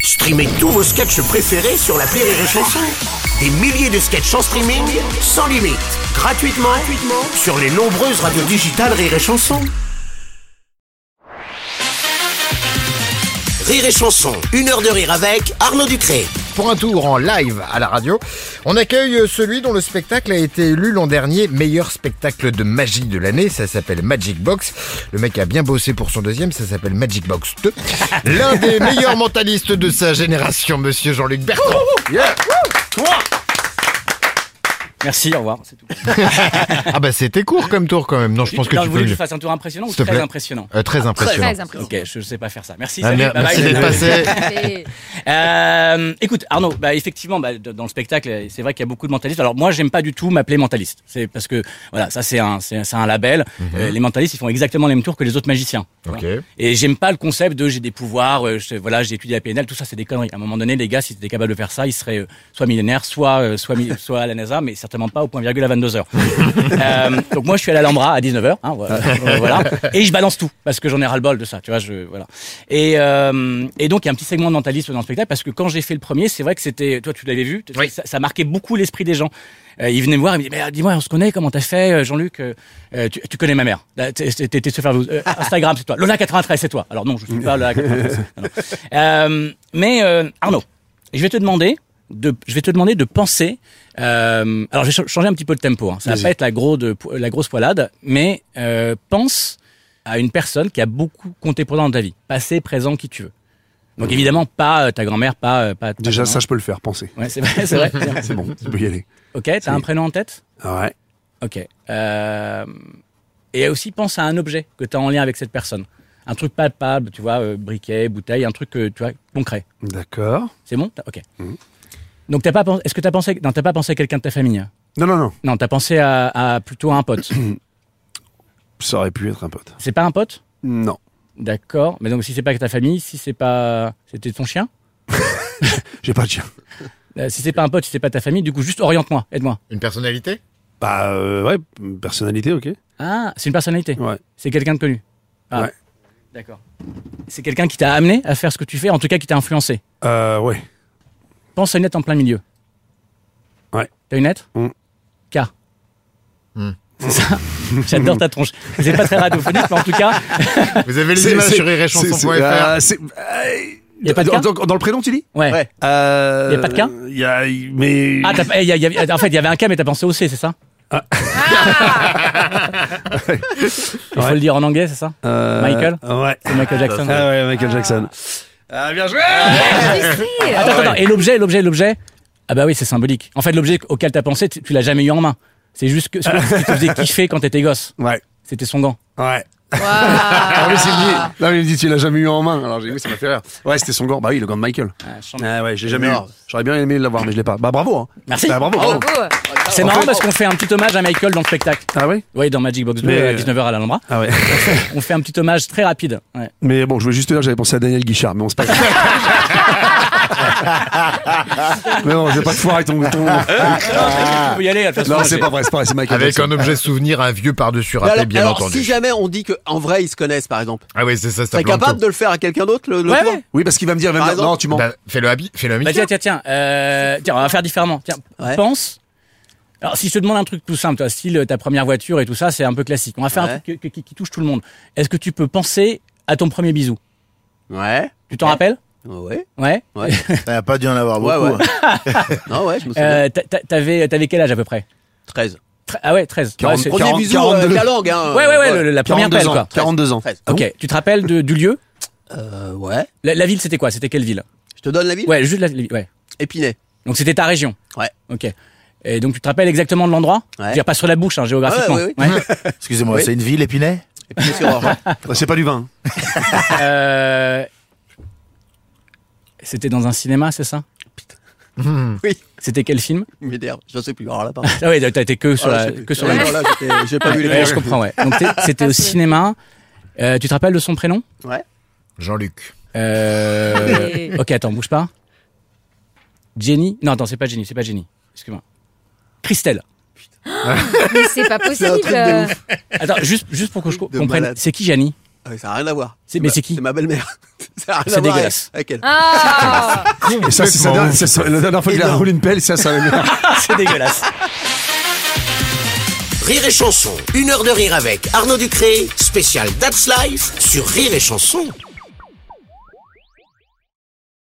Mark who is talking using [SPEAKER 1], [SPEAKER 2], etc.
[SPEAKER 1] Streamez tous vos sketchs préférés sur la Rire et Chanson. Des milliers de sketchs en streaming, sans limite, gratuitement, gratuitement sur les nombreuses radios digitales Rire et Chanson. Rire et Chanson, une heure de rire avec Arnaud Ducré.
[SPEAKER 2] Pour un tour en live à la radio, on accueille celui dont le spectacle a été élu l'an dernier meilleur spectacle de magie de l'année. Ça s'appelle Magic Box. Le mec a bien bossé pour son deuxième. Ça s'appelle Magic Box 2. L'un des meilleurs mentalistes de sa génération, monsieur Jean-Luc Bertrand.
[SPEAKER 3] Merci, au revoir. C'est tout.
[SPEAKER 2] Ah bah c'était court comme tour quand même. Non, je pense que
[SPEAKER 3] Non,
[SPEAKER 2] tu
[SPEAKER 3] vous
[SPEAKER 2] peux.
[SPEAKER 3] voulez que
[SPEAKER 2] mieux.
[SPEAKER 3] je fasse un tour impressionnant ou
[SPEAKER 2] S'il te
[SPEAKER 3] très
[SPEAKER 2] plaît.
[SPEAKER 3] impressionnant
[SPEAKER 2] Euh, très impressionnant.
[SPEAKER 4] Très impressionnant.
[SPEAKER 3] Ok, je ne sais pas faire ça. Merci.
[SPEAKER 2] Ah,
[SPEAKER 3] salut,
[SPEAKER 2] mer-
[SPEAKER 3] bye bye.
[SPEAKER 2] merci d'être passé.
[SPEAKER 4] Et-
[SPEAKER 3] Euh, écoute, Arnaud, bah, effectivement, bah, d- dans le spectacle, c'est vrai qu'il y a beaucoup de mentalistes. Alors moi, j'aime pas du tout m'appeler mentaliste. C'est parce que voilà, ça c'est un, c'est c'est un label. Euh, les mentalistes, ils font exactement les mêmes tours que les autres magiciens. tu
[SPEAKER 2] Mhm. Ok.
[SPEAKER 3] vois. Et j'aime pas le concept de j'ai des pouvoirs. euh, je- voilà, j'ai étudié la PNL. Tout ça, c'est des conneries. À un moment donné, les gars, s'ils étaient capables de faire ça, ils seraient euh, soit millénaires, soit euh, soit mi- soit à la NASA, mais certainement pas au point virgule à 22 heures. Euh, donc moi, je suis à l'Alhambra à 19 h voilà, Euh, voilà. et je balance tout parce que j'en ai ras le bol de ça. Tu vois, je voilà. Et euh, et donc il y a un petit segment de mentalisme dans le spectacle parce que quand j'ai fait le premier, c'est vrai que c'était, toi, tu l'avais vu, ça, ça marquait beaucoup l'esprit des gens. Euh, ils venaient me voir, ils me disaient, mais, euh, dis-moi, on se connaît, comment t'as fait, euh, Jean-Luc euh, euh, tu, tu connais ma mère. Là, t'es- T'es t'es- t'es se faire vous- euh, Instagram, c'est toi. Lola 93, c'est toi. Alors non, je suis pas Lola 93. non, non. Euh, mais euh, Arnaud, je vais te demander de, je vais te demander de penser. Euh, alors, j'ai changé un petit peu le tempo. Hein. Ça va pas être la, gros de, po- la grosse poilade, mais euh, pense à une personne qui a beaucoup compté pour toi dans ta vie, passé, présent, qui tu veux. Donc évidemment pas euh, ta grand-mère, pas euh, pas ta
[SPEAKER 5] Déjà,
[SPEAKER 3] grand-mère.
[SPEAKER 5] ça, je peux le faire, penser.
[SPEAKER 3] Ouais, c'est vrai. C'est vrai.
[SPEAKER 5] C'est bon, tu peux y aller.
[SPEAKER 3] ok, t'as un prénom en tête.
[SPEAKER 5] Ouais.
[SPEAKER 3] Ok. Euh, et aussi pense à un objet que t'as en lien avec cette personne, un truc palpable, tu vois, euh, briquet, bouteille, un truc euh, tu vois concret.
[SPEAKER 5] D'accord.
[SPEAKER 3] C'est bon T'as- Ok.
[SPEAKER 5] Mhm.
[SPEAKER 3] Donc t'as pas pensé Est-ce que t'as pensé Non, t'as pas pensé à quelqu'un de ta famille.
[SPEAKER 5] Non, non, non.
[SPEAKER 3] Non, t'as pensé à, à plutôt un pote.
[SPEAKER 5] Ça aurait pu être un pote.
[SPEAKER 3] c'est pas un pote
[SPEAKER 5] Non.
[SPEAKER 3] D'accord. Mais donc si c'est pas que ta famille, si c'est pas, c'était ton chien.
[SPEAKER 5] J'ai pas de chien.
[SPEAKER 3] Euh, si c'est pas un pote, si c'est pas ta famille, du coup juste oriente-moi, aide-moi.
[SPEAKER 2] Une personnalité
[SPEAKER 5] Bah, euh, ouais, personnalité, ok.
[SPEAKER 3] Ah, c'est une personnalité.
[SPEAKER 5] Ouais.
[SPEAKER 3] C'est quelqu'un de connu. Ah.
[SPEAKER 5] Ouais.
[SPEAKER 3] D'accord. C'est quelqu'un qui t'a amené à faire ce que tu fais, en tout cas qui t'a influencé.
[SPEAKER 5] Euh, ouais.
[SPEAKER 3] Pense à une lettre en plein milieu.
[SPEAKER 5] Ouais.
[SPEAKER 3] T'as une lettre
[SPEAKER 5] Mm.
[SPEAKER 3] K. C'est ça. J'adore ta tronche. C'est pas très radiophonique, mais en tout cas,
[SPEAKER 2] Vous avez les images sur
[SPEAKER 5] c'est- c'est-
[SPEAKER 2] rirechanson.fr.
[SPEAKER 5] euh, c'est- euh,
[SPEAKER 3] Y a pas de
[SPEAKER 5] dans,
[SPEAKER 3] cas
[SPEAKER 5] dans- dans le prénom, tu dis
[SPEAKER 3] ouais.
[SPEAKER 5] euh,
[SPEAKER 3] Y a pas de cas
[SPEAKER 5] y a- Mais.
[SPEAKER 3] Ah, t'as pas- eh, y a- y a- en fait, il y avait un K, mais t'as pensé au C, c'est ça
[SPEAKER 5] Ah.
[SPEAKER 3] Il faut
[SPEAKER 5] Ouais.
[SPEAKER 3] le dire en anglais, c'est ça
[SPEAKER 5] Euh,
[SPEAKER 3] Michael
[SPEAKER 5] Ouais.
[SPEAKER 3] C'est Michael Jackson.
[SPEAKER 5] Ah ouais, Michael Jackson. Ah, bien joué
[SPEAKER 3] Attends, attends, et l'objet, l'objet, l'objet Ah bah oui, c'est symbolique. En fait, l'objet auquel t'as pensé, tu tu l'as jamais eu en main. C'est juste que ce qui te faisait kiffer quand t'étais gosse.
[SPEAKER 5] Ouais.
[SPEAKER 3] C'était son gant.
[SPEAKER 5] Ouais.
[SPEAKER 4] Waouh.
[SPEAKER 5] Ah, mais c'est lié. Là, il me dit, tu l'as jamais eu en main. Alors, j'ai dit, oui, ça m'a fait rire. Ouais, c'était son gant. Bah oui, le gant de Michael. Ah ouais, j'ai jamais eu.
[SPEAKER 2] Énorme.
[SPEAKER 5] J'aurais bien aimé l'avoir, mais je l'ai pas. Bah bravo. hein.
[SPEAKER 3] Merci.
[SPEAKER 5] Bah, bravo. bravo.
[SPEAKER 4] Bravo.
[SPEAKER 3] C'est marrant parce qu'on fait un petit hommage à Michael dans le spectacle.
[SPEAKER 5] Ah ouais
[SPEAKER 3] Oui, dans Magic Box 2
[SPEAKER 5] Mais-
[SPEAKER 3] à 19h à l'Alhambra.
[SPEAKER 5] Ah ouais.
[SPEAKER 3] On fait un petit hommage très rapide. Ouais.
[SPEAKER 5] mais bon, je veux juste te dire, j'avais pensé à Daniel Guichard, mais on se passe. mais non, je vais pas te foirer ton. ton...
[SPEAKER 6] Ah.
[SPEAKER 5] Ah.
[SPEAKER 3] On peut y aller, de toute façon,
[SPEAKER 5] Non,
[SPEAKER 3] j'ai-
[SPEAKER 5] c'est pas vrai, c'est pas vrai, c'est Michael.
[SPEAKER 2] Avec
[SPEAKER 5] Jackson.
[SPEAKER 2] un objet souvenir, un vieux par-dessus
[SPEAKER 6] Mais
[SPEAKER 2] râpé,
[SPEAKER 6] alors,
[SPEAKER 2] bien
[SPEAKER 6] alors,
[SPEAKER 2] entendu.
[SPEAKER 6] si jamais on dit que en vrai ils se connaissent, par exemple,
[SPEAKER 2] Ah oui, c'est ça, c'est
[SPEAKER 6] t'es capable de le faire à quelqu'un d'autre le, le
[SPEAKER 3] Ouais,
[SPEAKER 6] tour
[SPEAKER 3] ouais.
[SPEAKER 5] Oui, parce qu'il va me dire, il va me
[SPEAKER 6] Par
[SPEAKER 5] dire,
[SPEAKER 6] exemple-
[SPEAKER 5] non, tu mens.
[SPEAKER 2] Bah, fais le habit, fais le
[SPEAKER 3] Bah,
[SPEAKER 2] amitié.
[SPEAKER 3] tiens, tiens, tiens, euh, tiens, on va faire différemment. Tiens,
[SPEAKER 6] Ouais.
[SPEAKER 3] pense. Alors, si je te demande un truc tout simple, toi, style ta première voiture et tout ça, c'est un peu classique. On va faire un
[SPEAKER 6] Ouais.
[SPEAKER 3] truc que- que- qui, qui touche tout le monde. Est-ce que tu peux penser à ton premier bisou
[SPEAKER 6] Ouais.
[SPEAKER 3] Tu t'en rappelles
[SPEAKER 6] Ouais.
[SPEAKER 3] Ouais.
[SPEAKER 6] Ouais.
[SPEAKER 7] Ça n'a pas dû en
[SPEAKER 5] Ah,
[SPEAKER 7] avoir
[SPEAKER 6] Ouais,
[SPEAKER 7] beaucoup.
[SPEAKER 6] ouais. non, ouais, je me souviens.
[SPEAKER 3] Euh, t'a- t'a- T'avais t'avais quel âge à peu près
[SPEAKER 6] 13.
[SPEAKER 3] Tre- Ah ouais, 13.
[SPEAKER 5] Quarante-
[SPEAKER 3] ouais, c'est-
[SPEAKER 6] Premier
[SPEAKER 5] quarante-
[SPEAKER 6] bisou euh,
[SPEAKER 5] 42.
[SPEAKER 6] avec la langue, hein.
[SPEAKER 3] ouais, ouais, ouais, le- le- la première
[SPEAKER 5] 42
[SPEAKER 3] pelle,
[SPEAKER 5] ans.
[SPEAKER 3] quoi. Ah,
[SPEAKER 5] 42 ans.
[SPEAKER 6] 13.
[SPEAKER 3] Ok, tu te rappelles de- du lieu
[SPEAKER 6] Euh, ouais.
[SPEAKER 3] la, la ville, c'était quoi C'était quelle ville
[SPEAKER 6] Je te donne la ville
[SPEAKER 3] Ouais, juste la ville. Ouais.
[SPEAKER 6] Épinay.
[SPEAKER 3] Donc, c'était ta région
[SPEAKER 6] Ouais.
[SPEAKER 3] Ok. Et donc, tu te rappelles exactement de l'endroit Je
[SPEAKER 6] Ouais.
[SPEAKER 3] veux dire, pas sur la bouche, hein, géographiquement.
[SPEAKER 6] Ouais, ouais,
[SPEAKER 3] Ouais.
[SPEAKER 7] Excusez-moi,
[SPEAKER 6] Oui.
[SPEAKER 7] c'est une ville, Épinay
[SPEAKER 6] Épinay sur Orge.
[SPEAKER 5] C'est pas du vin.
[SPEAKER 3] Euh, C'était dans un cinéma, c'est ça
[SPEAKER 6] Oui.
[SPEAKER 3] C'était quel film
[SPEAKER 6] Mais d'ailleurs, je sais plus. Alors là, pardon.
[SPEAKER 3] Ah oui, t'as t'as été que sur
[SPEAKER 6] Ah,
[SPEAKER 3] la,
[SPEAKER 6] je sais plus.
[SPEAKER 3] que sur
[SPEAKER 6] Ouais,
[SPEAKER 3] la-
[SPEAKER 6] non, là, j'étais- j'ai pas vu les
[SPEAKER 3] Ouais, je
[SPEAKER 6] noms.
[SPEAKER 3] comprends, ouais. Donc t'es- c'était au cinéma. Euh, tu te rappelles de son prénom
[SPEAKER 6] Ouais.
[SPEAKER 2] Jean-Luc.
[SPEAKER 3] Euh,
[SPEAKER 4] Et-
[SPEAKER 3] Ok, attends, bouge pas. Jenny Non, attends, c'est pas Jenny, c'est pas Jenny. Excuse-moi. Christelle.
[SPEAKER 4] Mais c'est pas
[SPEAKER 6] C'est un
[SPEAKER 4] possible.
[SPEAKER 6] truc de ouf.
[SPEAKER 3] Attends, juste, juste pour que je
[SPEAKER 6] Truc de
[SPEAKER 3] comprenne,
[SPEAKER 6] malade.
[SPEAKER 3] c'est qui Jenny
[SPEAKER 6] Ah oui, ça n'a rien à voir.
[SPEAKER 3] C'est- mais
[SPEAKER 6] ma-
[SPEAKER 3] c'est qui
[SPEAKER 6] C'est ma belle-mère. Ça a rien
[SPEAKER 3] C'est
[SPEAKER 6] à voir
[SPEAKER 3] dégueulasse.
[SPEAKER 6] Avec, avec elle.
[SPEAKER 4] Ah
[SPEAKER 5] Et ça, c'est sa dernière- c'est sa- la dernière fois qu'il a
[SPEAKER 6] Énorme.
[SPEAKER 5] roulé une pelle, ça, ça allait bien.
[SPEAKER 3] C'est dégueulasse.
[SPEAKER 1] Rire et chanson, une heure de rire avec Arnaud Ducré, spécial That's Life sur Rire et chanson.